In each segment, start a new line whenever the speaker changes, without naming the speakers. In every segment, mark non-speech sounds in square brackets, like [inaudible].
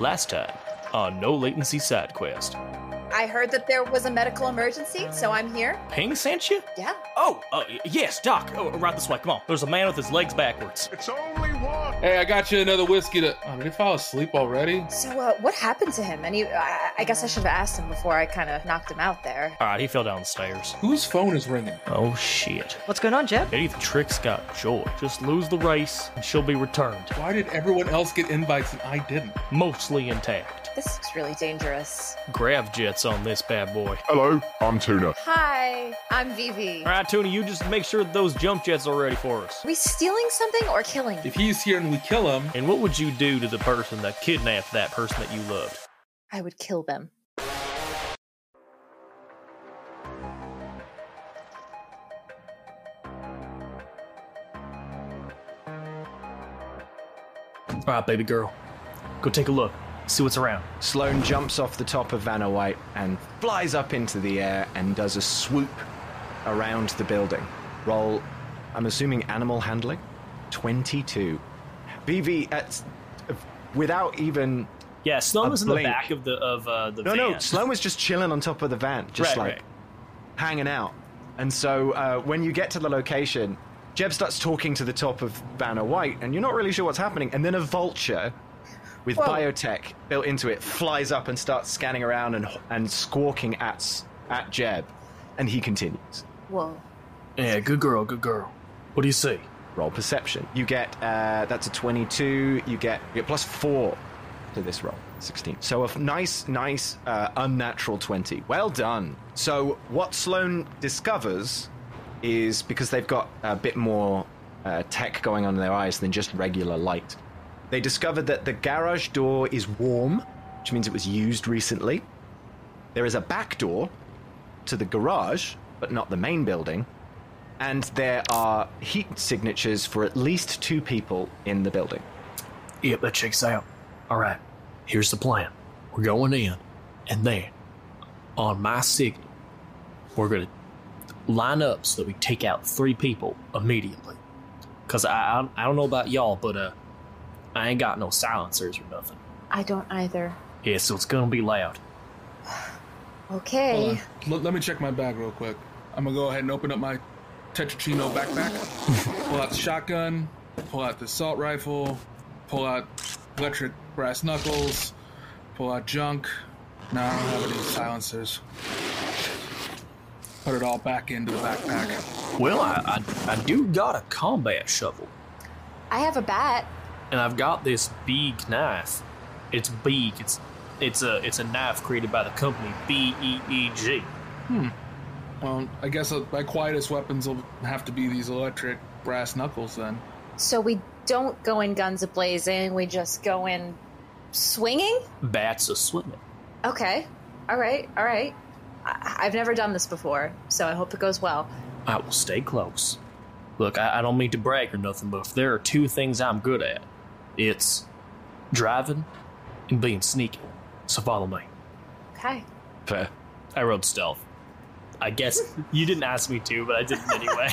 Last time on No Latency Side Quest,
I heard that there was a medical emergency, so I'm here.
Ping sent you?
Yeah.
Oh, uh, y- yes, Doc. Oh, right this way. Come on. There's a man with his legs backwards.
It's only one.
Hey, I got you another whiskey to. Oh, did he fall asleep already?
So, uh, what happened to him? And he, I, I guess I should have asked him before I kind of knocked him out there.
All right, he fell down the stairs.
Whose phone is ringing?
Oh shit.
What's going on, Jeb?
Maybe the trick's got joy. Just lose the race and she'll be returned,
Why did everyone else get invites and I didn't?
mostly intact.
This looks really dangerous.
Grav jets on this bad boy.
Hello, I'm Tuna.
Hi, I'm Vivi.
All
Are
right, Tuna, you just make sure those jump jets are ready for us.
we stealing something or killing?
If he's here and we kill him,
And what would you do to the person that kidnapped that person that you loved?
I would kill them.
All right, baby girl. Go take a look. See what's around.
Sloane jumps off the top of Vanna White and flies up into the air and does a swoop around the building. Roll, I'm assuming animal handling? 22. BV, at, uh, without even.
Yeah, Sloan
A
was in the
blink.
back of the of uh, the
No,
van.
no, Sloane was just chilling on top of the van, just
Right,
like hanging out. And so uh, when you get to the location, Jeb starts talking to the top of Vanna White, and you're not really sure what's happening. And then a vulture with
Whoa.
biotech built into it flies up and starts scanning around and, and squawking at, s- at Jeb. And he continues.
Whoa.
Yeah, good girl, good girl. What do you see?
Roll perception. You get, uh, that's a 22. You get, you get plus four to this roll, 16. So a f- nice, nice, uh, unnatural 20. Well done. So what Sloane discovers is because they've got a bit more uh, tech going on in their eyes than just regular light, they discovered that the garage door is warm, which means it was used recently. There is a back door to the garage, but not the main building and there are heat signatures for at least two people in the building.
Yep, that checks out. All right, here's the plan. We're going in, and then on my signal, we're gonna line up so that we take out three people immediately. Cause I I, I don't know about y'all, but uh, I ain't got no silencers or nothing.
I don't either.
Yeah, so it's gonna be loud.
Okay.
Hold on. L- let me check my bag real quick. I'm gonna go ahead and open up my Tetrachino backpack, pull out the shotgun, pull out the assault rifle, pull out electric brass knuckles, pull out junk. No, I don't have any silencers. Put it all back into the backpack.
Well, I I, I do got a combat shovel.
I have a bat.
and I've got this big knife. It's big. It's it's a it's a knife created by the company B E E G.
Well, I guess uh, my quietest weapons will have to be these electric brass knuckles then.
So we don't go in guns a blazing. We just go in swinging.
Bats a swimming.
Okay. All right. All right. I- I've never done this before, so I hope it goes well.
I will stay close. Look, I, I don't mean to brag or nothing, but if there are two things I'm good at, it's driving and being sneaky. So follow me.
Okay.
Fair.
I rode stealth. I guess you didn't ask me to, but I did it anyway.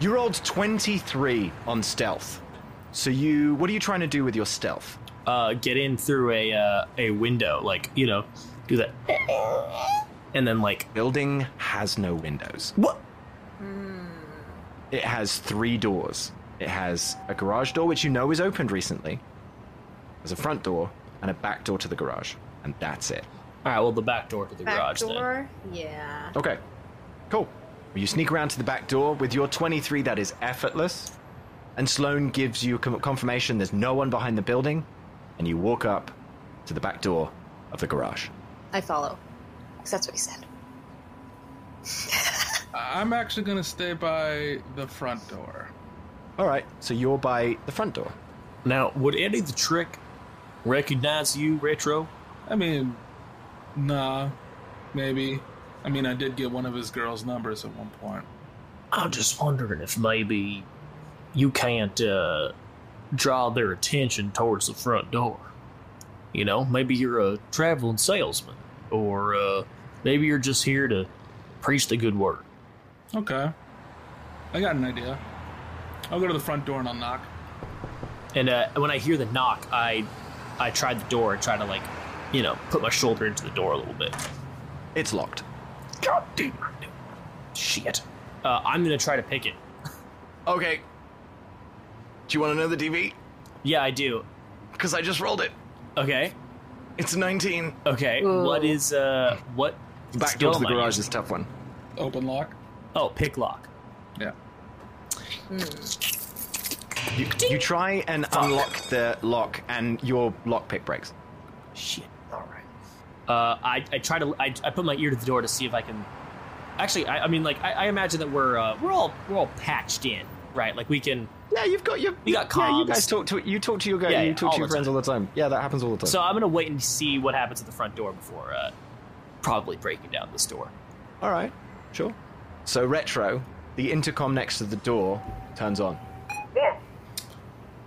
You rolled 23 on stealth. So you, what are you trying to do with your stealth?
uh, get in through a uh, a window, like you know, do that, and then like
Building has no windows.
what?
It has three doors. It has a garage door, which you know is opened recently. There's a front door and a back door to the garage, and that's it.
All right, well, the back door to the garage
Back
then.
door. Yeah.
Okay, cool. Well, you sneak around to the back door with your 23. That is effortless. And Sloane gives you com- confirmation there's no one behind the building, and you walk up to the back door of the garage.
I follow. 'Cause that's what he said.
I- I'm actually gonna stay by the front door.
All right, so you're by the front door.
Now, would Eddie the Trick recognize you, Retro?
I mean, nah, maybe. I mean, I did get one of his girls' numbers at one point.
I'm just wondering if maybe you can't uh, draw their attention towards the front door. You know, maybe you're a traveling salesman, or uh, maybe you're just here to preach the good word.
Okay, I got an idea. I'll go to the front door and I'll knock.
And uh, when I hear the knock, I I tried the door and tried to like, you know, put my shoulder into the door a little bit.
It's locked.
God damn it. Shit. Uh, I'm gonna try to pick it.
Okay. Do you want to know the DV?
Yeah, I do.
Because I just rolled it.
Okay.
It's 19.
Okay.
Ooh.
What is uh what
Back
skill
door to the
am I
garage
using?
is a tough one.
Open lock.
Oh, pick lock.
Yeah.
You, you try and unlock the lock, and your lockpick breaks.
Shit. All right. Uh, I, I try to I, I put my ear to the door to see if I can. Actually, I, I mean, like I, I imagine that we're uh, we're all we're all patched in, right? Like we can.
Yeah, you've got your.
We got
Yeah, you
comms.
guys talk to you talk to your guy,
Yeah,
you
yeah,
talk
all
to your
the
friends
time.
all the time. Yeah, that happens all the time.
So I'm gonna wait and see what happens at the front door before uh, probably breaking down this door.
all right, sure. So retro, the intercom next to the door turns on.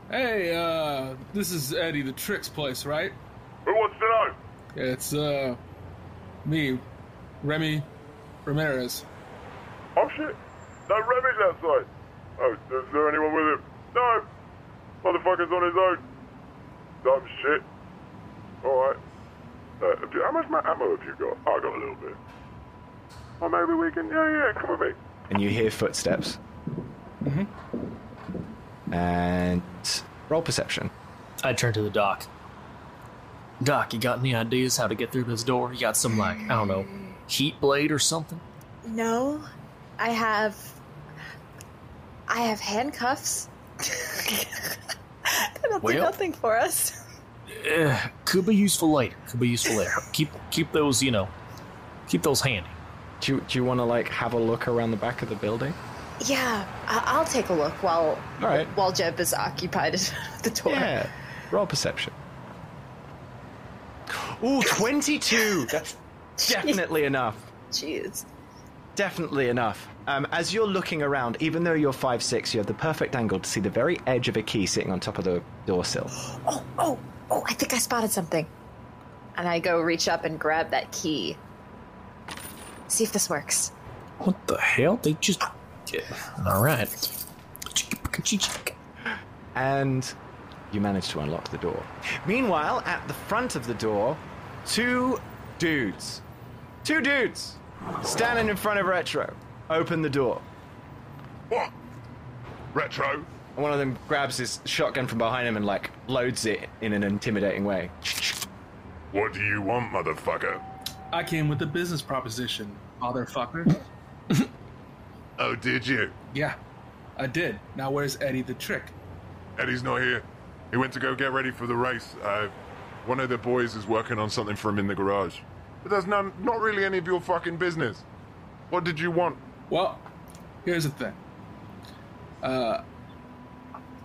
Hey, uh, this is Eddie, the tricks place, right?
Who wants to know?
It's uh, me, Remy Ramirez.
Oh shit! No Remy's outside. Oh, is there anyone with him? No. Motherfucker's on his own. Dumb shit. All right. Uh, have you- how much ma- ammo have you got? I got a little bit. Oh, maybe we can. Yeah, yeah. Come with me.
and you hear footsteps. Mm-hmm. And roll perception.
I turn to the doc. Doc, you got any ideas how to get through this door? You got some like I don't know, heat blade or something?
No, I have. I have handcuffs. [laughs] That'll do
Well.
nothing for us.
Eh, could be useful later. Could be useful later. keep keep those you know, keep those handy.
Do you, do you want to like have a look around the back of the building?
Yeah, I- I'll take a look while
All right.
while Jeb is occupied at [laughs] the door.
Yeah. Roll perception. Ooh, 22. [laughs] That's definitely enough.
Jeez.
Definitely enough. Um, as you're looking around, even though you're five six, you have the perfect angle to see the very edge of a key sitting on top of the door sill.
Oh, oh, oh! I think I spotted something. And I go reach up and grab that key. See if this works.
What the hell? They just. All right.
and you manage to unlock the door. Meanwhile, at the front of the door, two dudes, two dudes, standing in front of Retro, open the door.
What? Retro.
And one of them grabs his shotgun from behind him and like loads it in an intimidating way.
What do you want, motherfucker?
I came with a business proposition, motherfucker.
Oh, did you?
yeah, I did. Now where's Eddie the trick?
Eddie's not here. He went to go get ready for the race. Uh, one of the boys is working on something for him in the garage. But that's none, not really any of your fucking business. What did you want?
Well, here's the thing. Uh,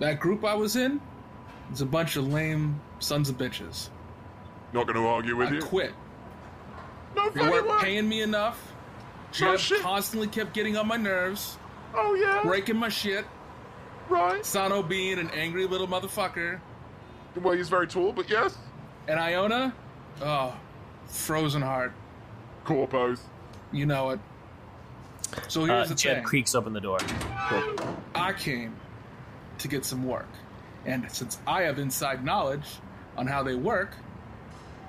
that group I was in is a bunch of lame sons of bitches.
Not going to argue with
I
you.
quit.
No
They
fucking
weren't
way.
paying me enough.
No
Jeff
shit.
constantly kept getting on my nerves,
Oh yeah.
breaking my shit.
Right.
Sano being an angry little motherfucker.
Well, he's very tall, but yes.
And Iona, oh, frozen heart.
Corpos.
You know it. So
Uh,
here's the
Jeb
thing.
creaks open the door.
I came to get some work. And since I have inside knowledge on how they work,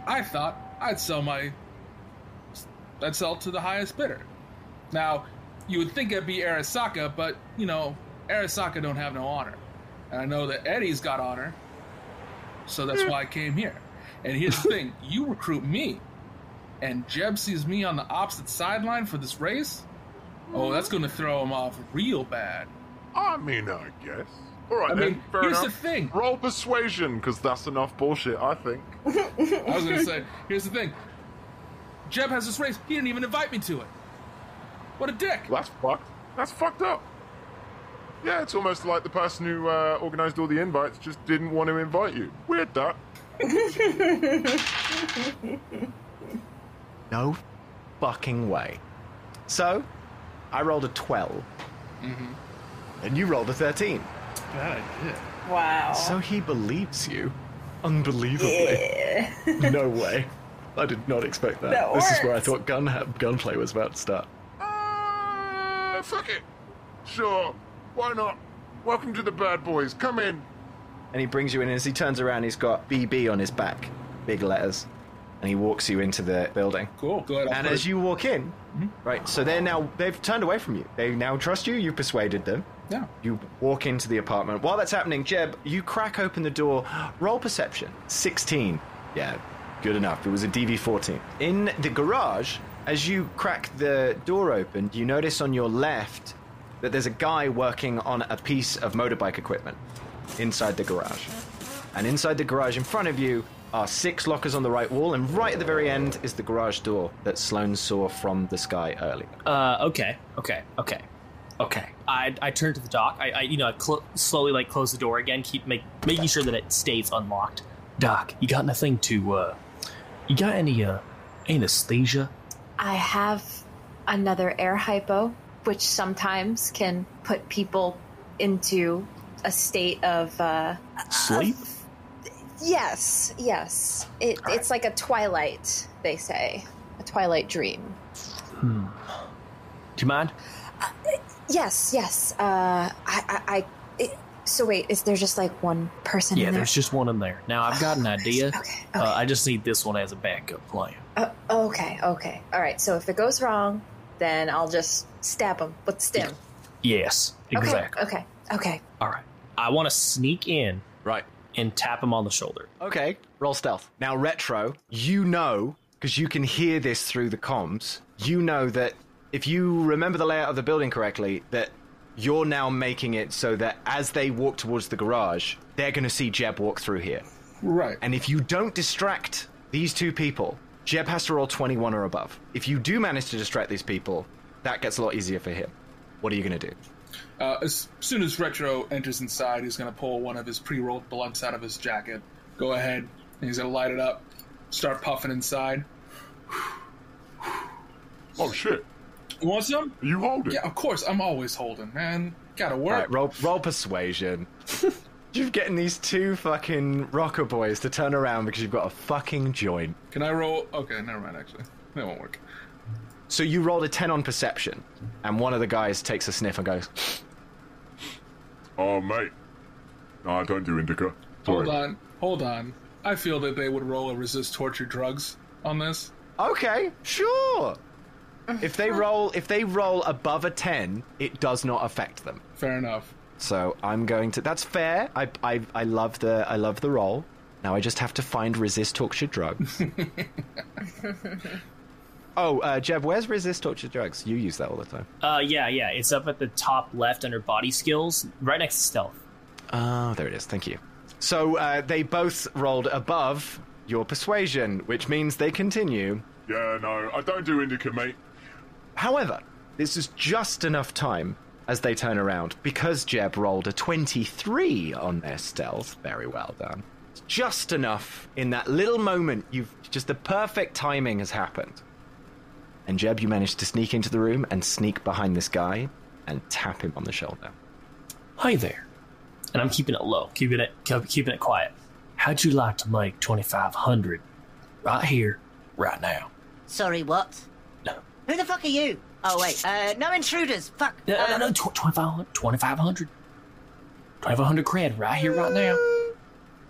I thought I'd sell my. I'd sell to the highest bidder. Now, you would think it'd be Arasaka, but, you know, Arasaka don't have no honor. And I know that Eddie's got honor, so that's why I came here. And here's the thing you recruit me, and Jeb sees me on the opposite sideline for this race. Oh, that's going to throw him off real bad.
I mean, I guess. All right
I
then.
mean,
Fair
here's
enough.
the thing.
Roll persuasion, because that's enough bullshit, I think.
I was gonna say, here's the thing. Jeb has this race. He didn't even invite me to it. What a dick.
Well, that's fucked. That's fucked up. Yeah, it's almost like the person who uh, organised all the invites just didn't want to invite you. Weird that.
No fucking way. So, I rolled a 12. And you rolled a 13.
Wow.
So he believes you. Unbelievably. no way. I did not expect that.
That
this is where I
works.
thought gun gunplay was about to start.
Uh, fuck it. Sure. Why not? Welcome to the bad boys. Come in.
and he brings you in. And as he turns around, he's got BB on his back, big letters, and he walks you into the building.
Cool. Go ahead. I'll
And
put
as
it-
you walk in, right, so they're now they've turned away from you. They now trust you. You've persuaded them.
yeah.
You walk into the apartment. While that's happening, Jeb, you crack open the door. Roll perception. 16. Yeah, good enough. It was a DV 14. In the garage, as you crack the door open, you notice on your left that there's a guy working on a piece of motorbike equipment inside the garage. And inside the garage in front of you are six lockers on the right wall, and right at the very end is the garage door that Sloane saw from the sky earlier.
Uh, okay, okay, okay, okay. I, I turn to the doc. I, I you know, I cl- slowly like close the door again, keep make, making sure that it stays unlocked. Doc, you got nothing to, uh, you got any, uh, anesthesia?
I have another air hypo, which sometimes can put people into a state of uh,
Sleep?
yes, yes. It, It's like a twilight, they say, a twilight dream.
Do you mind?
Yes, yes. Uh, I, I, I it, so wait, is there just like one person?
Yeah,
in there?
there's just one in there. Now, I've
[laughs]
got an idea.
okay,
Uh,
okay.
I just need this one as a backup plan.
Uh, okay, okay, all right. So if it goes wrong, then I'll just stab him with stim.
Yes, exactly.
Okay, okay, okay.
All right. I want to sneak in
Right.
and tap him on the shoulder.
Okay, roll stealth. Now, Retro, you know, because you can hear this through the comms, you know that if you remember the layout of the building correctly, that you're now making it so that as they walk towards the garage, they're going to see Jeb walk through here.
Right.
And if you don't distract these two people, Jeb has to roll 21 or above. If you do manage to distract these people, that gets a lot easier for him. What are you going to do?
Uh, as soon as Retro enters inside, he's going to pull one of his pre-rolled blunts out of his jacket. Go ahead, and he's going to light it up. Start puffing inside.
Oh shit.
You want some?
You hold it.
Yeah, of course. I'm always holding, man. Gotta work.
All right, roll, roll persuasion. you're getting these two fucking rocker boys to turn around because you've got a fucking joint.
Can I roll? Okay, never mind. Actually, that won't work.
So you rolled a 10 on perception, and one of the guys takes a sniff and goes,
Oh mate. No, I don't do indica. Sorry.
Hold on, hold on. I feel that they would roll a resist torture drugs on this.
Okay, sure. If they roll if they roll above a 10, it does not affect them.
Fair enough.
So I'm going to that's fair. I I, I love the I love the roll. Now I just have to find resist torture drugs. oh, uh, Jeb, where's resist torture drugs? You use that all the time.
Uh, yeah, yeah. It's up at the top left under body skills, right next to stealth.
Oh, there it is. Thank you. So uh, they both rolled above your persuasion, which means they continue.
Yeah, no, I don't do indica, mate.
However, this is just enough time as they turn around because Jeb rolled a 23 on their stealth. Very well done. It's Just enough in that little moment, you've just the perfect timing has happened. And Jeb, you managed to sneak into the room and sneak behind this guy and tap him on the shoulder.
Hi there. And I'm keeping it low, keeping it keep- keeping it quiet. How'd you like to make twenty five hundred right here, right now?
Sorry, what?
No,
Who the fuck are you? Oh wait, uh, no intruders. Fuck.
no, no,
Uh,
no, tw- 2500 2500 2500 cred right here, right now.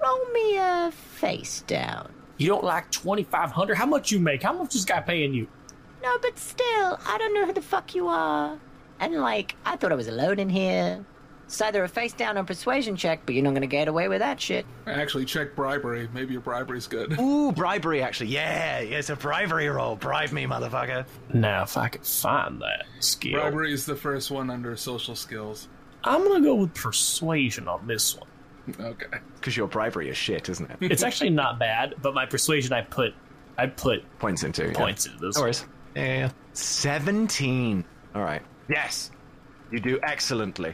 Roll me a face down.
You don't like twenty five hundred? How much you make? How much this guy paying you?
No, but still, I don't know who the fuck you are. And like, I thought I was alone in here. It's either a face down or persuasion check, but you're not gonna get away with that shit.
Actually, check bribery. Maybe your bribery's good. [laughs]
[laughs] Ooh, bribery, actually. Yeah, it's a bribery roll. Bribe me, motherfucker.
Now, if I could find that skill,
Bribery is the first one under social skills.
I'm gonna go with persuasion on this one.
Okay.
Because your bribery is shit, isn't it?
[laughs]
It's actually not bad, but my persuasion, I put, I put
Points into. yeah.
points into this.
No worries. Yeah, yeah, yeah. 17. All right. Yes. You do excellently.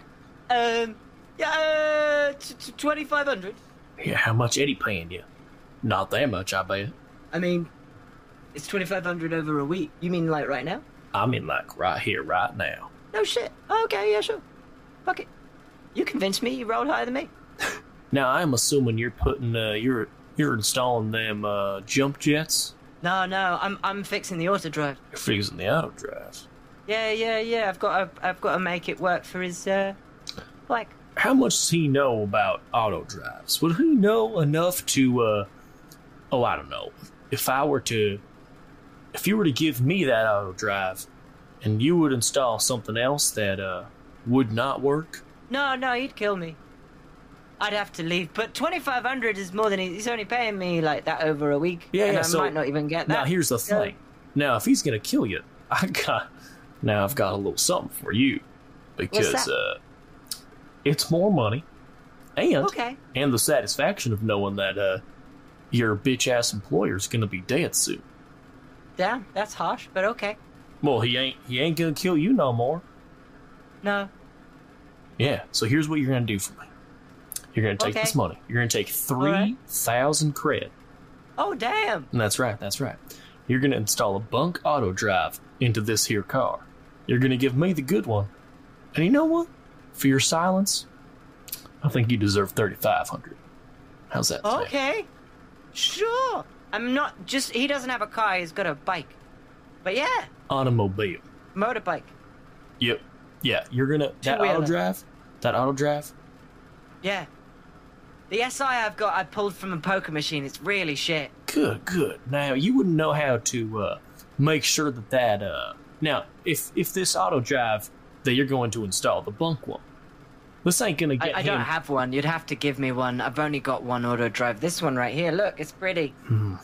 Um, yeah, uh, t- t- 2,500.
Yeah, how much Eddie paying you? Not that much, I bet.
I mean, it's 2,500 over a week. You mean like right now?
I mean, like right here, right now.
No shit. Okay, yeah, sure. Fuck it. You convinced me. You rolled higher than me.
Now, I'm assuming you're putting, uh, you're you're installing them uh, jump jets.
No, no, I'm I'm fixing the auto drive.
You're fixing the auto drive.
Yeah, yeah, yeah. I've got to, I've got to make it work for his uh, like
how much does he know about auto drives? Would he know enough to, uh, oh, I don't know. If I were to, if you were to give me that auto drive and you would install something else that, uh, would not work,
No, no, he'd kill me. I'd have to leave. But 2500 is more than he, he's only paying me like that over a week.
Yeah,
and
yeah,
I
so-
might not even get that.
Now here's the
So-
thing. Now if he's gonna kill you, [laughs] I got now I've got a little something for you because
that?
uh, it's more money, and
Okay.
and the satisfaction of knowing that uh, your bitch ass employer's gonna be dead soon.
Damn, that's harsh, but okay.
Well, he ain't he ain't gonna kill you no more.
No.
Yeah. So here's what you're gonna do for me. You're gonna take
Okay.
this money. You're gonna take
right.
three thousand cred.
Oh, damn.
And That's right, that's right. You're gonna install a bunk auto drive into this here car. You're gonna give me the good one. And you know what? For your silence, I think you deserve thirty five hundred. How's that? sound?
Okay. Sure. I'm not just, he doesn't have a car, he's got a bike. But yeah,
Automobile.
motorbike.
Yep. Yeah, you're gonna that
Two-wheeler.
auto drive that auto drive,
Yeah. The SI I've got, I pulled from a poker machine. It's really shit.
good, good. Now you wouldn't know how to uh, make sure that that uh now if if this auto drive that you're going to install, the bunk one, this ain't gonna
I,
get
I don't
him-
have one. You'd have to give me one. I've only got one auto drive. This one right here. Look, it's pretty.
I,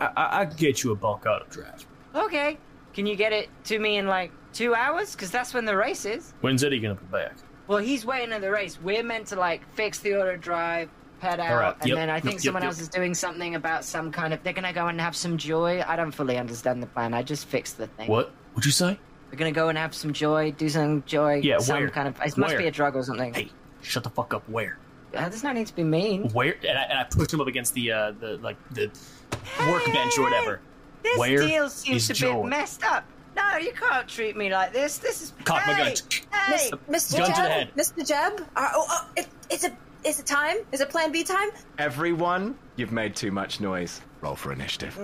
I, I can get you a bunk auto drive.
Okay. Can you get it to me in like two hours? Because that's when the race is.
When's Eddie gonna be back?
Well, he's waiting at the race. We're meant to like fix the auto drive, pet out,
right.
and
Yep.
then I
Yep,
think
yep,
someone
yep.
else is doing something about some kind of. They're gonna go and have some joy. I don't fully understand the plan. I just fixed the thing.
What? What'd you say?
We're gonna go and have some joy, do some joy.
Yeah,
some
where?
kind of. It
Where?
must be a drug or something.
Hey, shut the fuck up. Where?
Uh, There's no need to be mean.
Where? And I, and I pushed him up against the uh, the like the workbench or whatever.
This
Where
deal
is
seems a bit
Joy?
messed up. No, you can't treat me like this. This is
Cock my
hey,
guns.
Hey,
Mr.
Gun
Jeb,
to the head.
Mr. Jeb, are, oh, oh, it, it's a is it time? Is it Plan B time?
Everyone, you've made too much noise. Roll for initiative.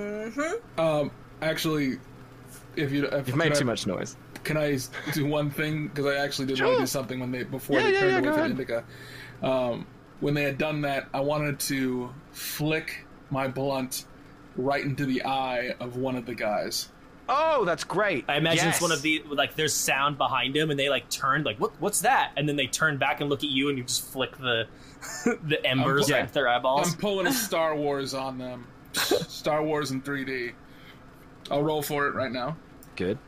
Um, actually, if you if,
You've made
can
too
I-
much noise.
Can I s- do one thing? Because I actually did want to do something when they before
Yeah,
they
yeah,
turned
yeah,
away
go
from
ahead.
Indica. Um, when they had done that, I wanted to flick my blunt right into the eye of one of the guys.
Oh, that's great.
I imagine it's one
Yes.
of the like there's sound behind him and they like turn like what what's that and then they turn back and look at you and you just flick the
[laughs]
the embers
Yeah.
right at their
I'm
[laughs]
eyeballs.
pulling a Star Wars on them. Star Wars in 3D. I'll roll for it right now.
Good.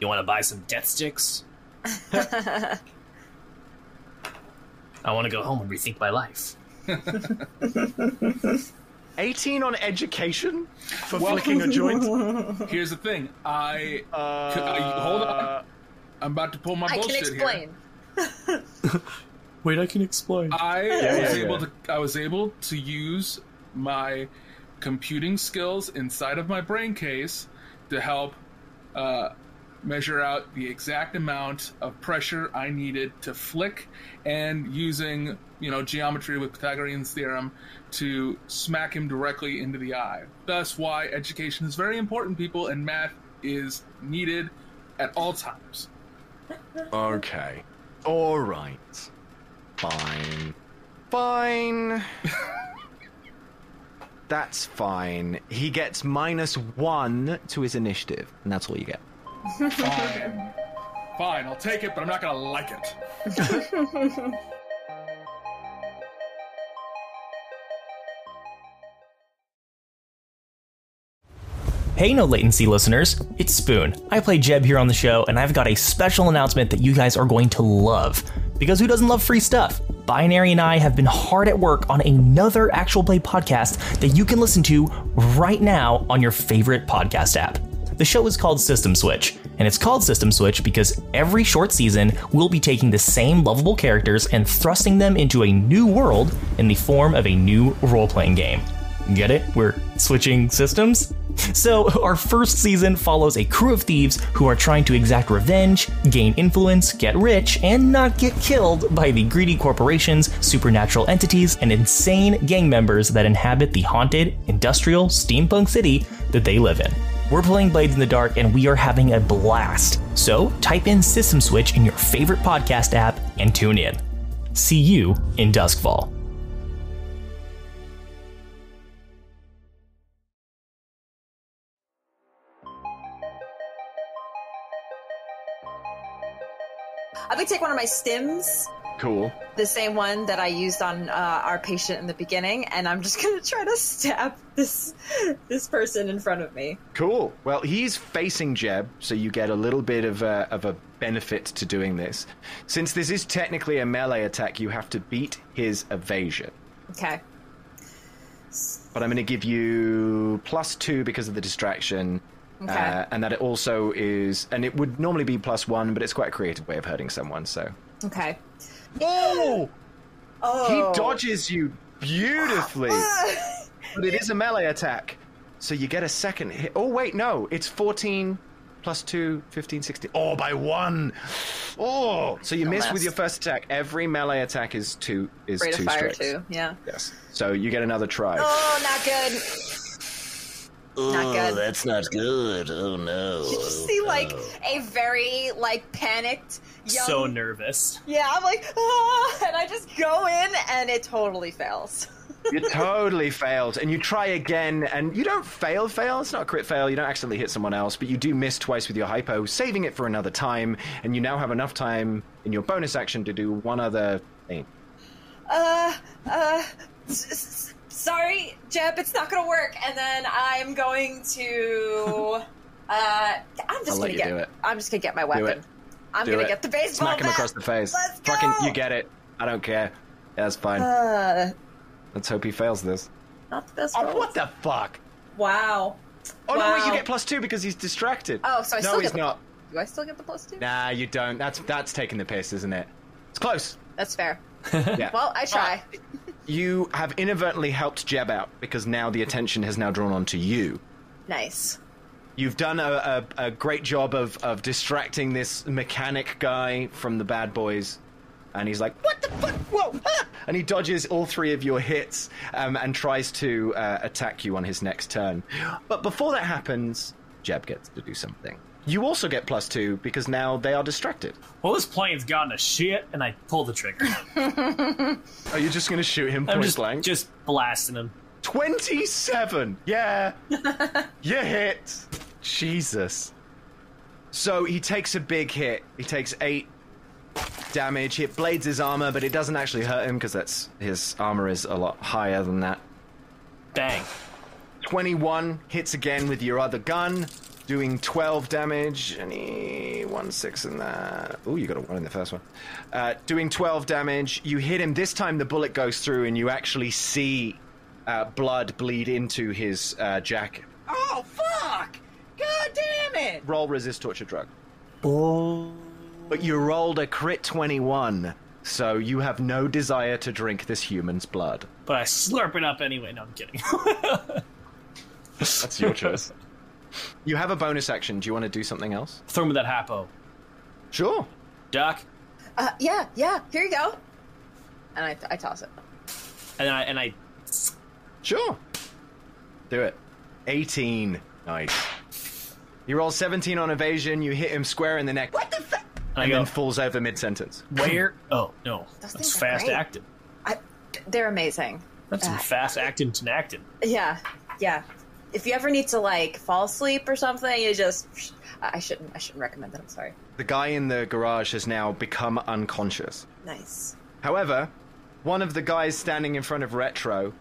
you want to buy some death sticks? I want to go home and rethink my life.
18 on
[laughs]
education for
Well-
flicking
[laughs]
a joint?
Here's the thing. I
Uh,
c- I- hold on. I'm about to pull my
I
bullshit
can
here.
explain.
Wait, I can explain.
I
yeah,
was
yeah.
able to I was able to use my computing skills inside of my brain case to help uh, measure out the exact amount of pressure I needed to flick, and using you know geometry with Pythagorean's theorem to smack him directly into the eye. Thus, why education is very important, people, and math is needed at all times.
Okay. All right. Fine. Fine. [laughs] that's fine. He gets minus one to his initiative, and that's all you get.
Fine, fine, I'll take it, but I'm not gonna like it.
Hey, no latency listeners, it's Spoon. I play Jeb here on the show, and I've got a special announcement that you guys are going to love. Because who doesn't love free stuff? Binary and I have been hard at work on another actual play podcast that you can listen to right now on your favorite podcast app. The show is called System Switch, and it's called System Switch because every short season we'll be taking the same lovable characters and thrusting them into a new world in the form of a new role playing game. Get it? We're switching systems? So, our first season follows a crew of thieves who are trying to exact revenge, gain influence, get rich, and not get killed by the greedy corporations, supernatural entities, and insane gang members that inhabit the haunted, industrial, steampunk city that they live in. We're playing Blades in the Dark and we are having a blast. So type in System Switch in your favorite podcast app and tune in. See you in Duskfall.
I'm gonna take one of my stims,
Cool.
the same one that I used on uh, our patient in the beginning, and I'm just [laughs] gonna try to stab this this person in front of me.
Cool. Well, he's facing Jeb, so you get a little bit of a, of a benefit to doing this. Since this is technically a melee attack, you have to beat his evasion.
Okay.
But I'm going to give you plus two because of the distraction.
Okay.
Uh, and that it also is, and it would normally be plus one, but it's quite a creative way of hurting someone. So
Okay.
Oh!
Oh.
He dodges you
[laughs]
beautifully. but it is a melee attack. So you get a second hit. Oh, wait, no. It's 14 plus 2, 15, 16. Oh, by one. Oh. So you miss with your first attack. Every melee attack is two is
Rate
two
of fire
strikes.
too. Yeah.
Yes. So you get another try.
Oh, not good. Not good.
That's not good. Oh no.
You just see like a very like panicked young.
So nervous.
yeah, I'm like, ah, and I just go in, and it totally fails.
You totally failed. And you try again, and you don't fail, fail. It's not a crit fail. You don't accidentally hit someone else, but you do miss twice with your hypo, saving it for another time. And you now have enough time in your bonus action to do one other thing.
Uh, uh, s- s- sorry, Jeb, it's not gonna work. And then I'm going
[laughs]
to, uh, I'm just
I'll let
gonna
you
get,
do it.
I'm just gonna get my weapon.
it.
I'm
Do
gonna
it.
get the baseball
Smack him
bat.
across the face.
Let's go.
Fucking, you get it. I don't care. That's fine.
Uh,
Let's hope he fails this.
not the best.
Oh,
roll.
what the fuck?
Wow.
Oh no, wait, you
Wow.
get plus two because he's distracted.
Oh, so I
no,
still
he's
get the-
not.
Do I still get the plus two?
Nah, you don't. That's that's taking the piss, isn't it? It's
[laughs]
close.
That's fair.
yeah.
Well, I try.
you have inadvertently helped Jeb out because now the attention has now drawn onto you.
Nice.
You've done a, a, a great job of, of distracting this mechanic guy from the bad boys. And he's like, what the fuck? Whoa! ah!" And he dodges all three of your hits um, and tries to uh, attack you on his next turn. But before that happens, Jeb gets to do something. You also get plus two because now they are distracted.
Well, this plane's gotten a shit, and I pull the trigger.
Are you just going to shoot him
I'm
point
just
blank?
just blasting him.
27. Yeah. you hit. Jesus. So he takes a big hit. He takes eight damage. It blades his armor, but it doesn't actually hurt him because that's his armor is a lot higher than that.
Dang.
21 hits again with your other gun, doing 12 damage. Any one six in that? Oh, you got a one in the first one. Uh, doing 12 damage. You hit him. This time the bullet goes through, and you actually see uh, blood bleed into his uh, jacket.
Oh, fuck! God damn it!
Roll resist torture drug. But you rolled a crit 21, so you have no desire to drink this human's blood.
But I slurp it up anyway. No, I'm kidding. [laughs]
That's your choice. you have a bonus action. Do you want to do something else?
Throw me that hapo.
Sure.
Duck.
Uh, yeah, yeah, here you go. And I, I toss it.
And I and I
Sure. Do it. 18. Nice. You roll 17 on evasion, you hit him square in the neck. What the fuck?
and I
And
go
then falls over mid sentence.
where? Oh no, that's
things are
fast
great. Uh,
acting.
I, they're amazing.
That's some fast acting to acting.
Yeah, yeah. If you ever need to like fall asleep or something, you just I shouldn't I shouldn't recommend that. I'm sorry.
The guy in the garage has now become unconscious.
Nice.
However, one of the guys standing in front of Retro,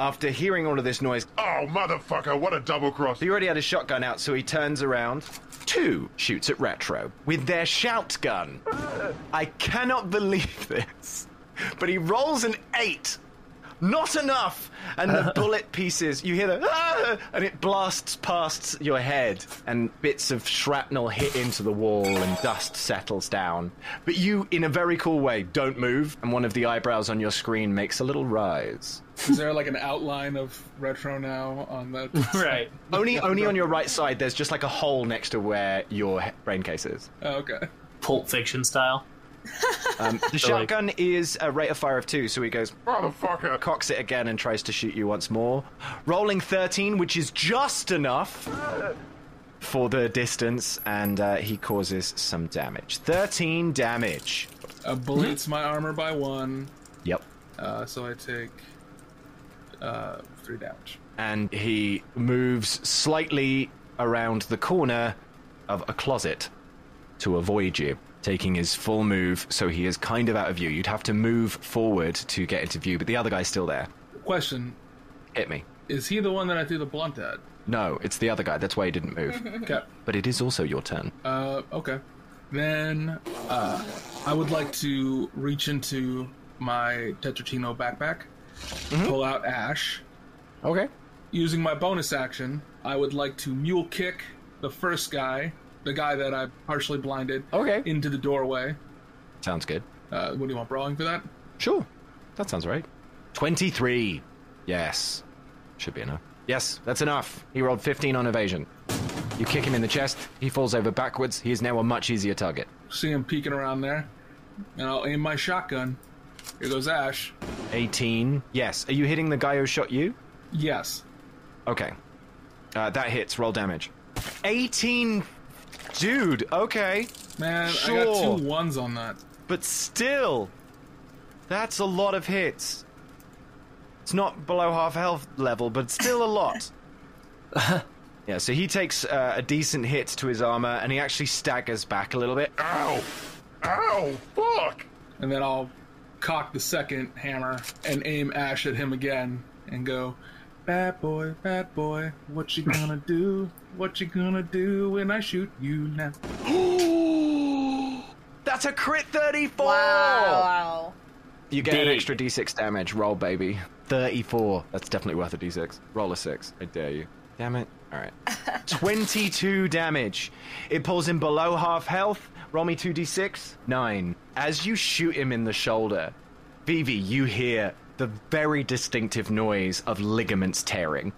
after hearing all of this noise,
Oh, motherfucker, what a double cross.
he already had his shotgun out, so he turns around. Two shoots at Retro with their shotgun. I cannot believe this. But he rolls an eight. Not enough! And the bullet pieces, you hear the "Ah!" and it blasts past your head, and bits of shrapnel hit into the wall, and dust settles down. But you, in a very cool way, don't move, and one of the eyebrows on your screen makes a little rise.
Is there like an outline of retro now on the
[laughs] Right.
Only, only on your right side, there's just like a hole next to where your he- brain case is.
Oh, okay.
Pulp Fiction style.
Um, the
like-
shotgun is a rate of fire of two, so he goes,
Motherfucker.
cocks it again, and tries to shoot you once more. Rolling 13, which is just enough. for the distance, and uh, he causes some damage. 13 damage.
Ablates Uh, my armor by one,
Yep.
uh, so I take uh, three damage.
And he moves slightly around the corner of a closet to avoid you, taking his full move, so he is kind of out of view. You'd have to move forward to get into view, but the other guy's still there.
Question:
Hit me.
Is he the one that I threw the blunt at?
No, it's the other guy. That's why he didn't move.
[laughs] Okay.
but it is also your turn.
Uh, okay. Then uh, I would like to reach into my Tetrachino backpack, pull out Ash.
Okay.
Using my bonus action, I would like to mule kick the first guy, the guy that I partially blinded,
Okay.
into the doorway.
Sounds good.
Uh, what do you want, brawling for that?
Sure. That sounds right. 23. Yes. Should be enough. Yes, that's enough. He rolled 15 on evasion. You kick him in the chest, he falls over backwards. He is now a much easier target.
See him peeking around there, and I'll aim my shotgun. Here goes Ash.
18. Yes. Are you hitting the guy who shot you?
Yes.
Okay. Uh, that hits. Roll damage. 18. Dude, okay.
Man, I
Sure.
got two ones on that.
But still, that's a lot of hits. It's not below half health level, but still a lot. yeah, so he takes uh, a decent hit to his armor, and he actually staggers back a little bit. [gasps]
Ow! Ow! Fuck!
and then I'll cock the second hammer and aim Ash at him again and go, "Bad boy, bad boy, what you gonna do? What you gonna do when I shoot you now?"
That's a crit 34!
Oh. Wow.
You get an
Big.
extra d6 damage. Roll, baby. 34. That's definitely worth a d6. Roll a 6. I dare you. Damn it. All right. 22 damage. It pulls him below half health. Roll me 2d6. 9. As you shoot him in the shoulder, Vivi, you hear the very distinctive noise of ligaments tearing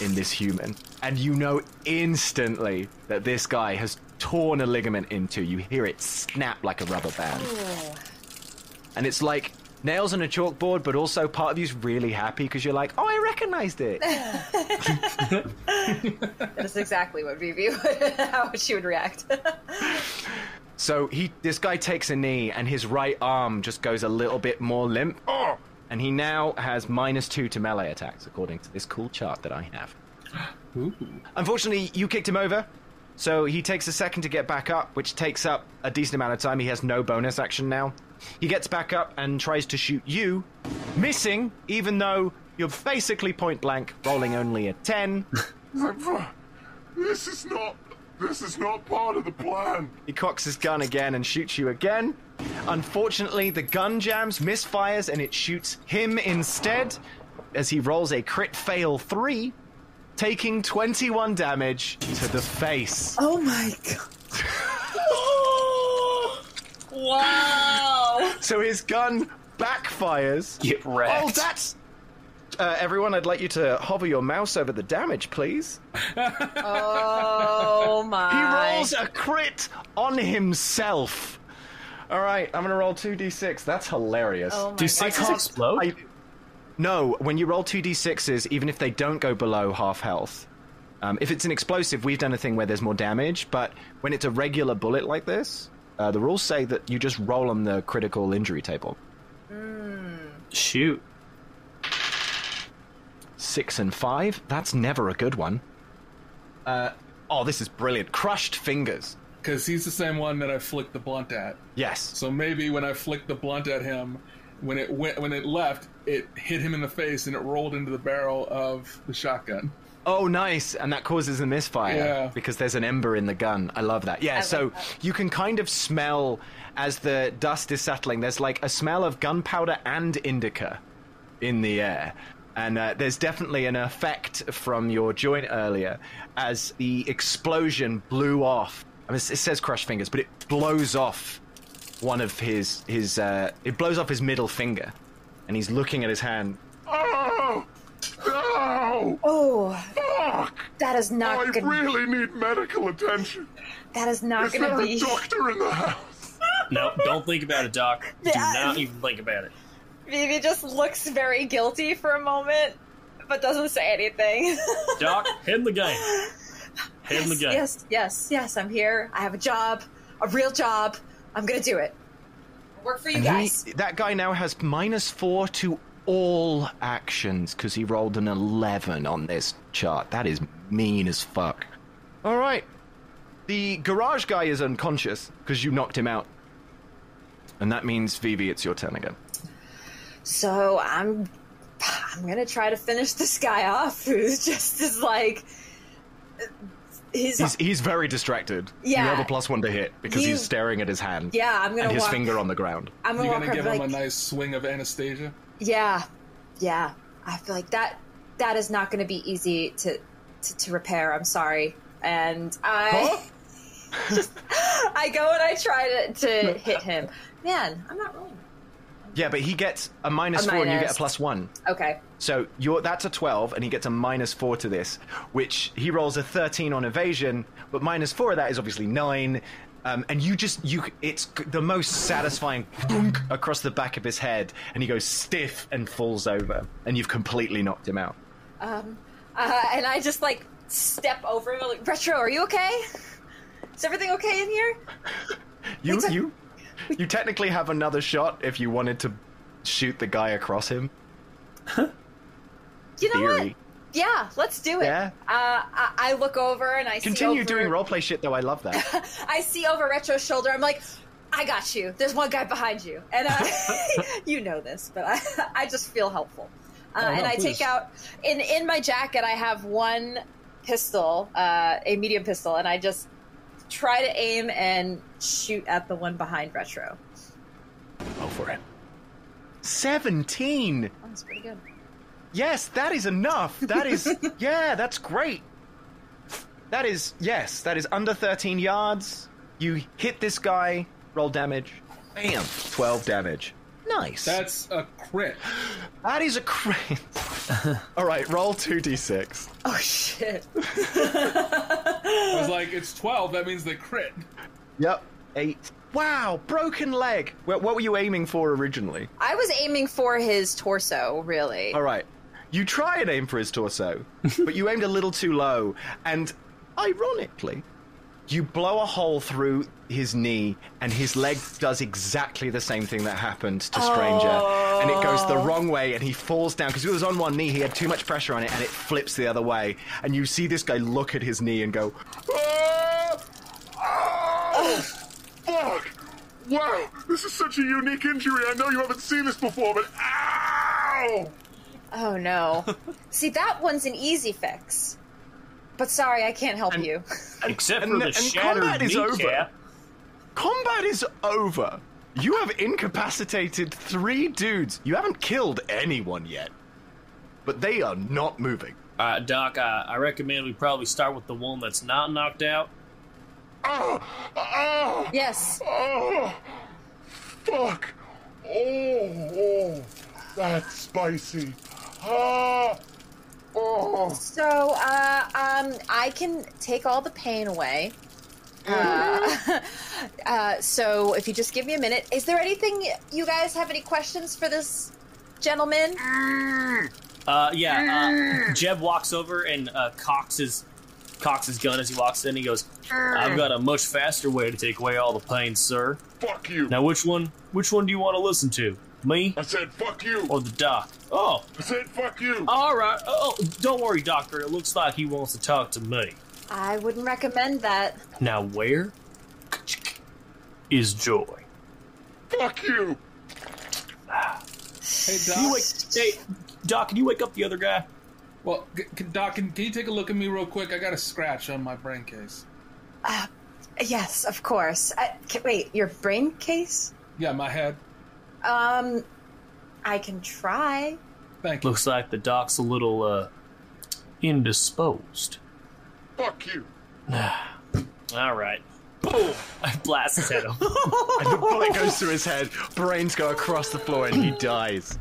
in this human. And you know instantly that this guy has torn a ligament into. You hear it snap like a rubber band and it's like nails on a chalkboard, but also part of you's really happy because you're like, oh, I recognized it.
That's exactly what Vivi [laughs] would, how she would react.
so he, this guy takes a knee, and his right arm just goes a little bit more limp,
Oh!
and he now has minus two to melee attacks according to this cool chart that I have.
Ooh.
Unfortunately, you kicked him over. So he takes a second to get back up, which takes up a decent amount of time. He has no bonus action now. He gets back up and tries to shoot you, missing, even though you're basically point blank, rolling only a 10.
This is not. This is not part of the plan.
He cocks his gun again and shoots you again. Unfortunately, the gun jams, misfires, and it shoots him instead as he rolls a crit fail 3, taking 21 damage to the face.
oh my god. Wow.
[laughs] So his gun backfires.
Get
Oh,
wrecked.
that's. Uh, everyone, I'd like you to hover your mouse over the damage, please.
[laughs] Oh my.
He rolls a crit on himself. All right, I'm going to roll 2d6. That's hilarious.
Oh my
Do
god.
sixes explode?
I, no, when you roll 2d6s, even if they don't go below half health, um, if it's an explosive, we've done a thing where there's more damage, but when it's a regular bullet like this, uh, the rules say that you just roll on the critical injury table.
Shoot.
Six and five, that's never a good one. Uh, oh, this is brilliant. Crushed fingers.
Because he's the same one that I flicked the blunt at.
Yes.
So maybe when I flicked the blunt at him, when it went, when it left, it hit him in the face and it rolled into the barrel of the shotgun.
Oh, nice. And that causes a misfire
Yeah.
because there's an ember in the gun. I love that. Yeah, so you can kind of smell as the dust is settling, there's like a smell of gunpowder and indica in the air. And uh, there's definitely an effect from your joint earlier as the explosion blew off. I mean, it says crushed fingers, but it blows off one of his his uh, it blows off his middle finger, and he's looking at his hand.
Oh! Ow!
Oh,
Fuck!
that is
Oh,
I
not gonna.
really need medical attention.
that is not
Is
gonna
there a
be.
doctor in the house?
No, don't think about it, Doc. Do
[laughs] Yeah.
not even think about it.
[laughs] Vivi just looks very guilty for a moment, but doesn't say anything. [laughs]
Doc, head in the game. Hand him the
yes,
gun.
yes, yes, yes. I'm here. I have a job, a real job. I'm gonna do it. Work for you
And
guys.
he- that guy now has minus four to all actions because he rolled an 11 on this chart. That is mean as fuck. All right. The garage guy is unconscious because you knocked him out. And that means, Vivi, it's your turn again.
So I'm I'm gonna try to finish this guy off who's [laughs] just as like his
He's, he's very distracted. You
Yeah.
have a plus one to hit because
You-
he's staring at his hand.
yeah. I'm gonna
And his
walk.
finger on the ground.
I'm gonna
You're
walk
gonna
her
give
like
him a nice swing of Anastasia.
yeah, yeah. I feel like that that is not gonna be easy to to, to repair. I'm sorry, and I [laughs] just I go and I try to to hit him. Man, I'm not rolling.
Yeah, but he gets a minus
A
four and you get a
minus.
plus one.
Okay.
So you're, that's a 12, and he gets a minus 4 to this, which he rolls a 13 on evasion, but minus 4 of that is obviously 9. Um, and you just, you it's g- the most satisfying thunk across the back of his head, and he goes stiff and falls over, and you've completely knocked him out.
Um, uh, and I just like step over him. Like, Retro, are you okay? Is everything okay in here?
You,
Wait, so-
you, you technically have another shot if you wanted to shoot the guy across him.
You know
Theory.
what? Yeah, let's do it.
Yeah.
Uh, I, I look over and I see
Continue
over,
doing roleplay shit, though, I love that.
[laughs] I see over Retro's shoulder. I'm like, I got you. There's one guy behind you, and
[laughs]
I, [laughs] you know this, but I, I just feel helpful. Uh,
Oh, no,
and I
please.
take out in in my jacket. I have one pistol, uh, a medium pistol, and I just try to aim and shoot at the one behind Retro.
Go for it. 17!
Oh, that's pretty good.
Yes, that is enough. That [laughs] is, yeah, that's great. That is, yes, that is under 13 yards. You hit this guy, roll damage. Bam! 12 damage. Nice.
That's a crit.
that is a crit. [laughs] All right, roll 2d6.
Oh [laughs] shit.
I was like, it's 12. That means they crit.
Yep. 8. Wow, broken leg. Well, what were you aiming for originally?
I was aiming for his torso, really.
All right. You try and aim for his torso, but you aimed a little too low, and ironically, you blow a hole through his knee, and his leg does exactly the same thing that happened to Stranger, and it goes the wrong way, and he falls down because he was on one knee. He had too much pressure on it, and it flips the other way. And you see this guy look at his knee and go,
Ah! Oh, fuck! Wow, this is such a unique injury. I know you haven't seen this before, but ow!
Oh no.
[laughs]
See, that one's an easy fix. But sorry, I can't help
[laughs]
you.
Except
and-
for the
and
shattered
combat is over.
kneecap.
"Combat is over. You have incapacitated three dudes. You haven't killed anyone yet, but they are not moving."
All right, Uh, Doc, I, I recommend we probably start with the one that's not knocked out.
Oh! Oh!
Yes.
Oh! Fuck! Oh! oh that's spicy! Ah! Oh!
So, uh, um, I can take all the pain
[gasps]
away. Uh, [laughs] uh, so, if you just give me a minute, is there anything you guys have any questions for this gentleman?
Uh, yeah, uh,
Mm.
Jeb walks over and uh, cocks, his, cocks his gun as he walks in. He goes, I've got a much faster way to take away all the pain, sir.
Fuck you!
Now, which one? Which one do you want to listen to? Me
I said fuck you!
or the doc? Oh,
I said fuck you!
all right. Oh, don't worry, doctor. It looks like he wants to talk to me.
I wouldn't recommend that.
Now, where is Joy?
Fuck you!
Hey, Doc.
You wake, hey, Doc, can you wake up the other guy?
Well, g- can, Doc, can, can you take a look at me real quick? I got a scratch on my brain case.
Yes, of course. I, ca- wait, your brain case?
Yeah, my head.
Um, I can try.
Thank you.
Looks like the doc's a little uh indisposed.
Fuck you!
All right. Boom! I blast his [laughs] head off.
And the bullet goes through his head, brains go across the floor, and he dies.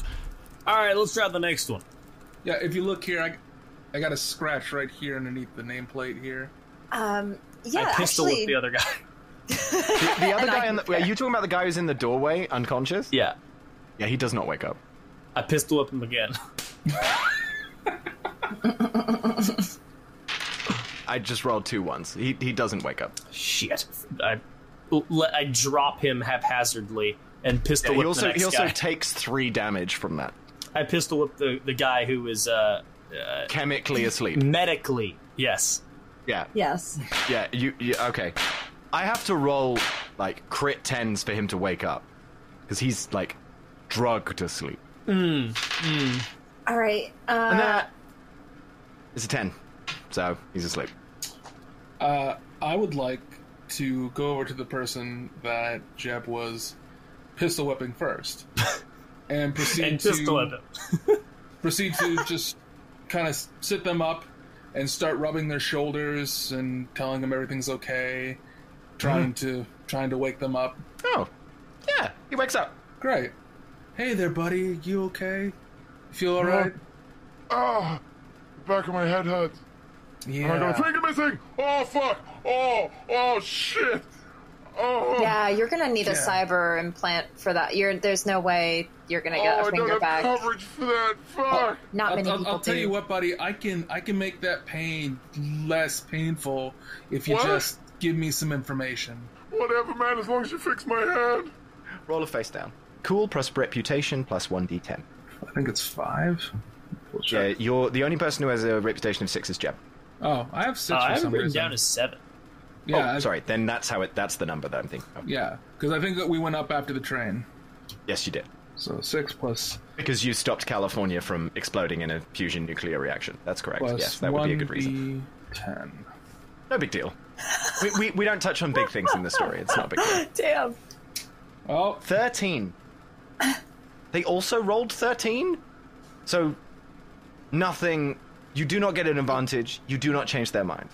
All right, let's try the next one.
Yeah, if you look here, I, I got a scratch right here underneath the nameplate here.
Um,
I
yeah,
pistol
actually,
with the other guy. [laughs]
The other
And I
guy, in
can-
the, are you talking about the guy who's in the doorway, unconscious?
Yeah,
Yeah, he does not wake up.
I pistol whip him again.
I I just rolled two ones. He he doesn't wake up.
Shit. I, let, I drop him haphazardly and pistol
he
whip the
also
next
he also
guy.
takes three damage from that.
I pistol whip the, the guy who is uh, uh,
Chemically asleep.
medically. Yes.
Yeah.
[laughs]
Yes.
Yeah, you, you okay? I have to roll like crit tens for him to wake up because he's like drugged to sleep.
All right.
And
Uh,
that is a ten, so he's asleep.
Uh, I would like to go over to the person that Jeb was pistol whipping
[laughs]
first, and proceed
And
to
pistol whip him.
proceed
[laughs]
to just kind of sit them up and start rubbing their shoulders and telling them everything's okay, trying
Mm-hmm.
to trying to wake them up.
Oh, yeah, he wakes up.
Great. Hey there, buddy. You okay? Feel all right?
Ah, the back of my head hurts.
Mm-hmm.
Yeah.
I got a finger missing. Oh fuck. Oh oh shit. Oh.
yeah, you're gonna need a
Yeah.
cyber implant for that. You're there's no way you're gonna
Oh,
get
I
a
don't
finger
have
back.
coverage for that. Fuck.
Not
I'll,
many
I'll-
people
I'll tell
do.
you what, buddy. I can I can make that pain less painful if you
What?
just give me some information.
Whatever, man. As long as you fix my hand.
Roll a face down. Cool plus reputation plus one d10.
I think it's five.
Yeah, you're the only person who has a reputation of six is Jeb.
Oh, I have six
Uh,
for
I have
some
written
reason.
down as seven.
yeah,
oh,
I-
sorry. Then that's how it. That's the number that I'm thinking. Of.
Yeah, because I think that we went up after the train.
Yes, you did.
So six plus
Because you stopped California from exploding in a fusion nuclear reaction. That's correct.
plus
yes, that would
one
be a good reason.
ten.
No big deal. We, we, we don't touch on big things in the story. It's not a big deal.
Damn.
Oh,
13. They also rolled 13? So, nothing. You do not get an advantage. You do not change their mind.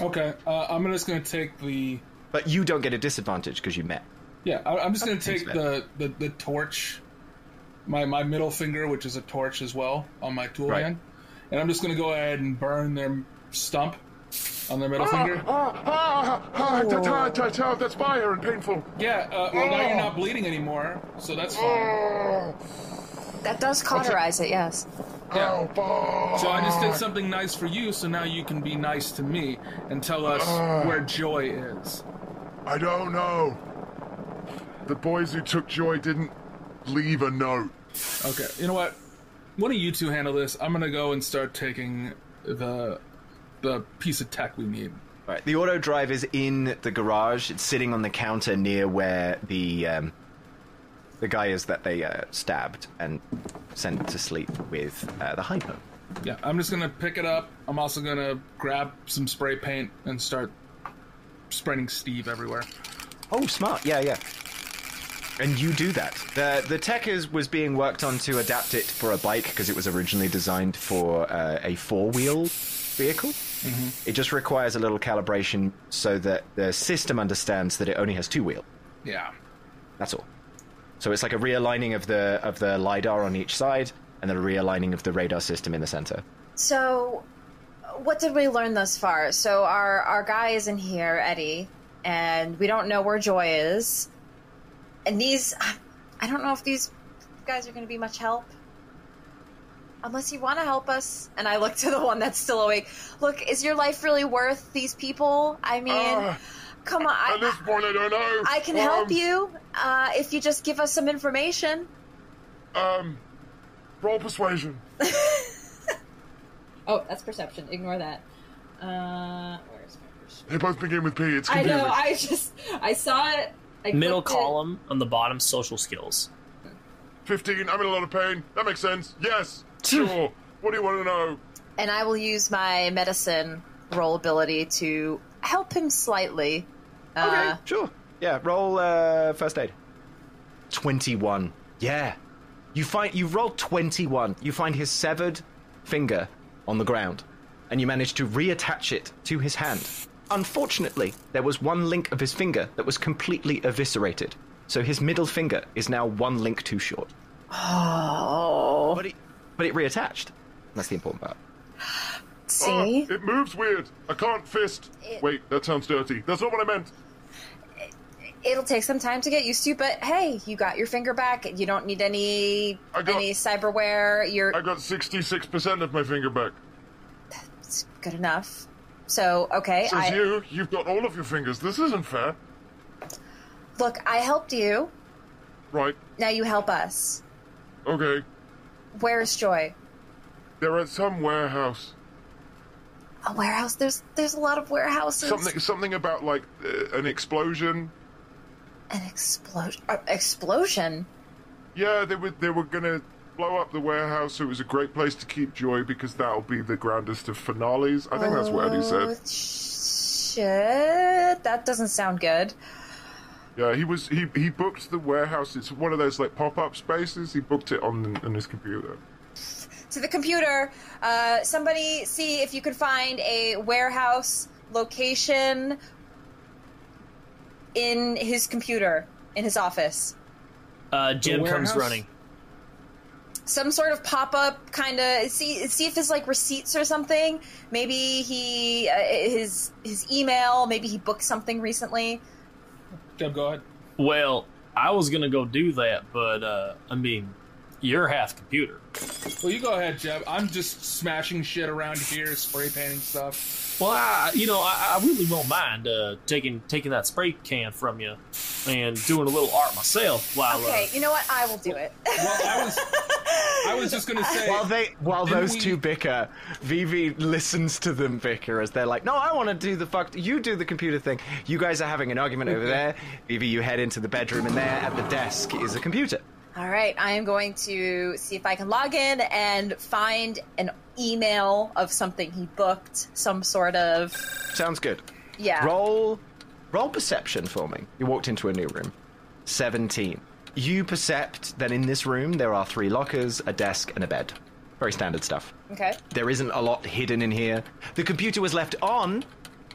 okay. Uh, I'm just gonna take the
But you don't get a disadvantage because you met.
yeah. I, I'm just gonna take
man.
the, the the torch, my my middle finger, which is a torch as well, on my tool
Right.
hand, and I'm just gonna go ahead and burn their stump on their middle finger.
Ah, ah, ah, that's, ah, that's, ah, that's fire and painful.
Yeah. Uh, well, now you're not bleeding anymore, so that's fine.
Oh,
That does cauterize it. Yes.
Yeah.
Oh, fuck.
So I just did something nice for you, so now you can be nice to me and tell us where joy is.
I don't know. The boys who took Joy didn't leave a note.
Okay, you know what? One of you two handle this. I'm gonna go and start taking the the piece of tech we need.
Right. The auto drive is in the garage. It's sitting on the counter near where the um, the guy is that they uh, stabbed and sent to sleep with uh, the hypo.
Yeah, I'm just gonna pick it up. I'm also gonna grab some spray paint and start spraying Steve everywhere.
Oh, smart. Yeah, yeah. And you do that. The the tech is was being worked on to adapt it for a bike because it was originally designed for uh, a four wheel vehicle. It just requires a little calibration so that the system understands that it only has two wheel.
Yeah.
That's all. So it's like a realigning of the of the lidar on each side and then a realigning of the radar system in the center.
So, what did we learn thus far? So our our guy is in here, Eddie, and we don't know where Joy is. And these, I don't know if these guys are going to be much help. Unless you want to help us, and I look [laughs] to the one that's still awake. Look, is your life really worth these people? I mean,
Ah,
come on,
At this
I,
point, I don't know.
I can
Um,
help you uh, if you just give us some information.
Um, roll persuasion.
Oh, that's perception. Ignore that. Uh, where's my perception?
They both begin with P. It's
I
confusing.
know. I just I saw it. I
Middle
clicked it.
column on the bottom, social skills.
15. I'm in a lot of pain. That makes sense.
[laughs]
Yes. Sure. what do you want to know?
and I will use my medicine roll ability to help him slightly. Uh,
Sure. Yeah, roll uh, first aid. 21. Yeah. You find you rolled 21. You find his severed finger on the ground and you manage to reattach it to his hand. Unfortunately, there was one link of his finger that was completely eviscerated. So his middle finger is now one link too short. Oh. But it, but it reattached. That's the important part.
Ah,
See,
it moves weird. I can't fist. Wait, that sounds dirty. That's not what I meant.
it'll take some time to get used to, but hey, you got your finger back. You don't need any
I got-
any cyberware. You're
I got 66% of my finger back.
it's good enough. So okay,
Says
I
you, you've got all of your fingers. This isn't fair.
look. I helped you.
Right,
Now you help us.
okay.
Where's Joy?
They're at some warehouse.
A warehouse. There's there's a lot of warehouses.
Something, something about like uh, an explosion.
An explosion. Uh, explosion.
Yeah, they were, they were gonna blow up the warehouse. So it was a great place to keep Joy because that'll be the grandest of finales. I think that's what Eddie said.
Oh, Shit, that doesn't sound good.
Yeah, he was he he booked the warehouse. It's one of those like pop up spaces. He booked it on on his computer.
To the computer, uh, somebody see if you can find a warehouse location in his computer, in his office.
Uh, Jim comes
warehouse?
running.
some sort of pop up kind of see see if his like receipts or something. Maybe he uh, his his email. Maybe he booked something recently.
Deb, go ahead.
Well, I was gonna go do that, but uh, I mean, you're half computer.
Well, you go ahead, Jeb. I'm just smashing shit around here, spray painting stuff.
Well, I, you know, I, I really won't mind uh, taking taking that spray can from you and doing a little art myself while. uh,
Okay, you know what? I will do it. [laughs]
Well, I was, I was just gonna say.
While they, while
Didn't
those
we-
two bicker, Vivi listens to them bicker as they're like, "No, I want to do the fuck. You do the computer thing. You guys are having an argument over there. Vivi, you head into the bedroom, and there at the desk is a computer.
All right, I am going to see if I can log in and find an email of something he booked. Some sort of
Sounds good.
yeah.
Roll, roll perception for me. You walked into a new room. Seventeen. You percept that in this room there are three lockers, a desk, and a bed. Very standard stuff.
Okay.
There isn't a lot hidden in here. The computer was left on.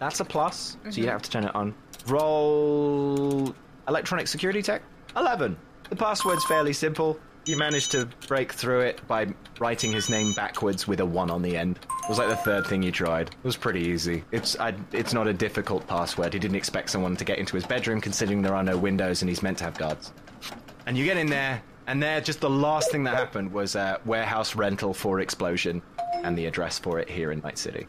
That's a plus, so you don't have to turn it on. Roll electronic security tech. 11. The password's fairly simple. You managed to break through it by writing his name backwards with a 1 on the end. It was like the third thing you tried. It was pretty easy. It's I, it's not a difficult password. He didn't expect someone to get into his bedroom considering there are no windows and he's meant to have guards. And you get in there, and there, just the last thing that happened was uh, warehouse rental for explosion, and the address for it here in Night City.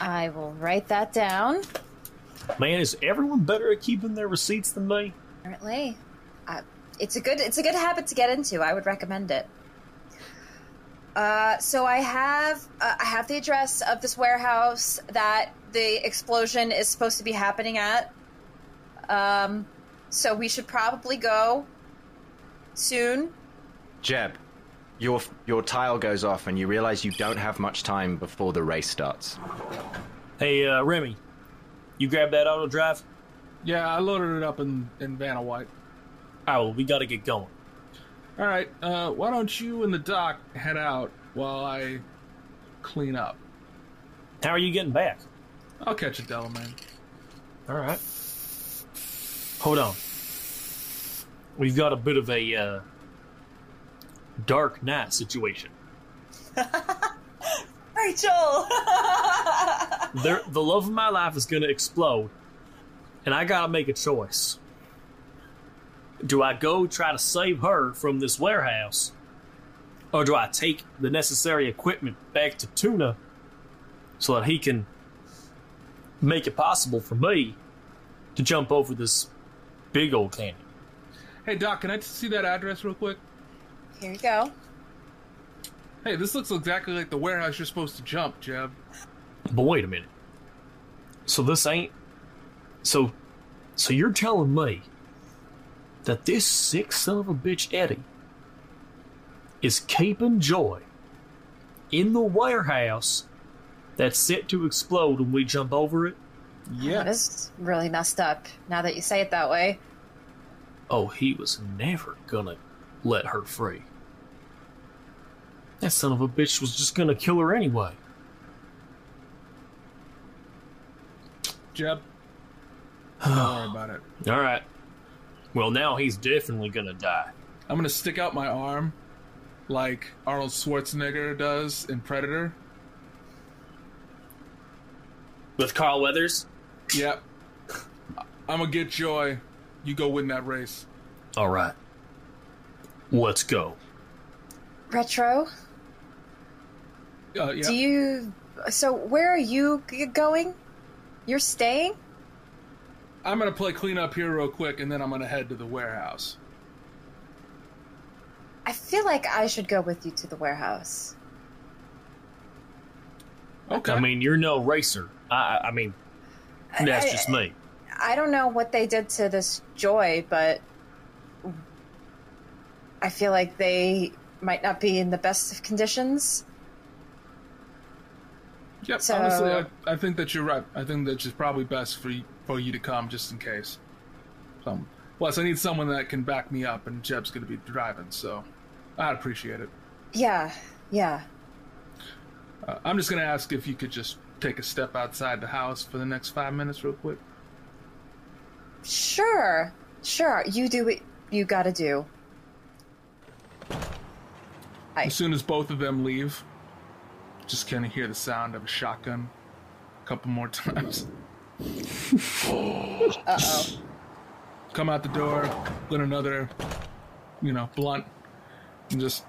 I will write that down.
Uh, man, is everyone better at keeping their receipts than me?
Apparently, uh, it's a good it's a good habit to get into. I would recommend it. Uh, so I have uh, I have the address of this warehouse that the explosion is supposed to be happening at. Um, so we should probably go soon.
Jeb, your your tile goes off, and you realize you don't have much time before the race starts.
Hey, uh, Remy, you grab that auto drive.
Yeah, I loaded it up in in Vanna White.
Oh, well, we gotta get going.
All right, uh, why don't you and the doc head out while I clean up?
How are you getting back?
I'll catch a Delamain.
All right. Hold on. We've got a bit of a uh, dark night situation.
Rachel.
There, the love of my life is going to explode, and I got to make a choice. Do I go try to save her from this warehouse, or do I take the necessary equipment back to Tuna so that he can make it possible for me to jump over this big old canyon?
Hey, doc, can I see that address real quick?
Here you go.
Hey, this looks exactly like the warehouse you're supposed to jump, Jeb.
But wait a minute. So this ain't. So, so you're telling me that this sick son of a bitch Eddie is keeping Joy in the warehouse that's set to explode when we jump over it?
That
Yeah.
is really messed up. Now that you say it that way.
Oh, he was never gonna let her free. That son of a bitch was just gonna kill her anyway.
Jeb, don't worry about it.
All right. Well, now he's definitely gonna die.
I'm gonna stick out my arm, like Arnold Schwarzenegger does in Predator.
With Carl Weathers?
Yep. I'm gonna get Joy. You go win that race.
All right. Let's go.
Retro,
Uh, yeah.
do you so where are you g- going? You're staying?
I'm gonna play cleanup here real quick, and then I'm gonna head to the warehouse.
I feel like I should go with you to the warehouse.
Okay.
I mean, you're no racer. I, I- I mean, that's
I-
just me.
I don't know what they did to this joy, but I feel like they might not be in the best of conditions.
Yep.
So-
Honestly, I, I think that you're right. I think that it's probably best for you, for you to come just in case. Um, plus, I need someone that can back me up, and Jeb's going to be driving, so I'd appreciate it.
Yeah, yeah.
Uh, I'm just going to ask if you could just take a step outside the house for the next five minutes, real quick.
Sure, sure. You do what you gotta do.
As soon as both of them leave, just kind of hear the sound of a shotgun a couple more [laughs] times.
Uh oh.
Come out the door, lit another, you know, blunt, and just.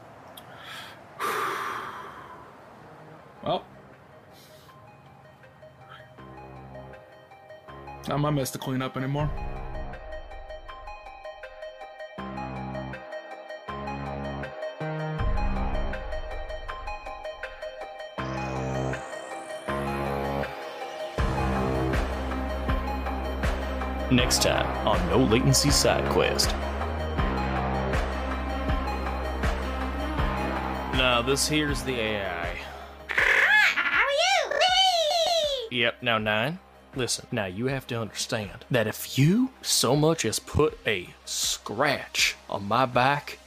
Well. Not my mess to clean up anymore.
Next time on No Latency Side Quest. Now, this here's the AI. Yep, now, Nine, listen, now you have to understand that if you so much as put a scratch on my back,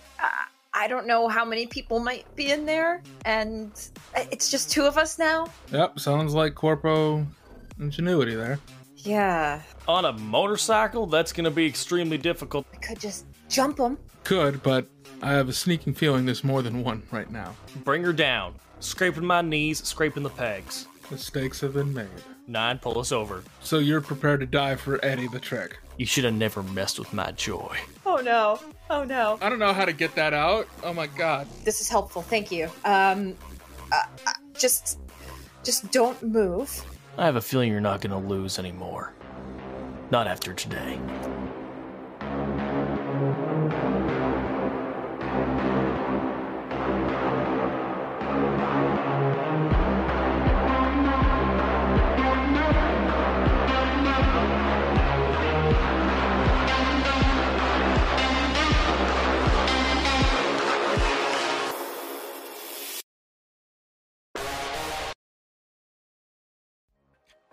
I don't know how many people might be in there, and it's just two of us now.
Yep, sounds like Corpo ingenuity there.
Yeah,
on a motorcycle, that's gonna be extremely difficult.
I could just jump them.
Could, but I have a sneaking feeling there's more than one right now.
Bring her down. Scraping my knees, scraping the pegs.
Mistakes have been made.
Nine, pull us over.
So you're prepared to die for Eddie the Trick.
You should have never messed with my joy.
Oh no! Oh no!
I don't know how to get that out. Oh my god.
This is helpful. Thank you. Um, uh, uh, just, just don't move.
I have a feeling you're not gonna lose anymore. Not after today.